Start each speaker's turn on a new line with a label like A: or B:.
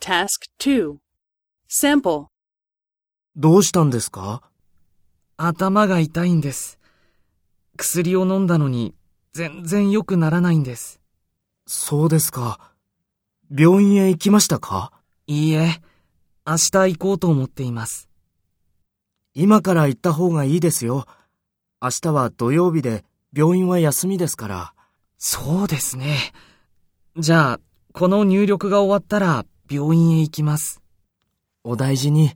A: Task 2. Sample.
B: どうしたんですか頭が痛いんです。薬を飲んだのに全然良くならないんです。そうですか。病院へ行きましたかいいえ、明日行こうと思っています。今から行った方がいいですよ。明日は土曜日で病院は休みですから。そうですね。じゃあ、この入力が終わったら病院へ行きます。お大事に。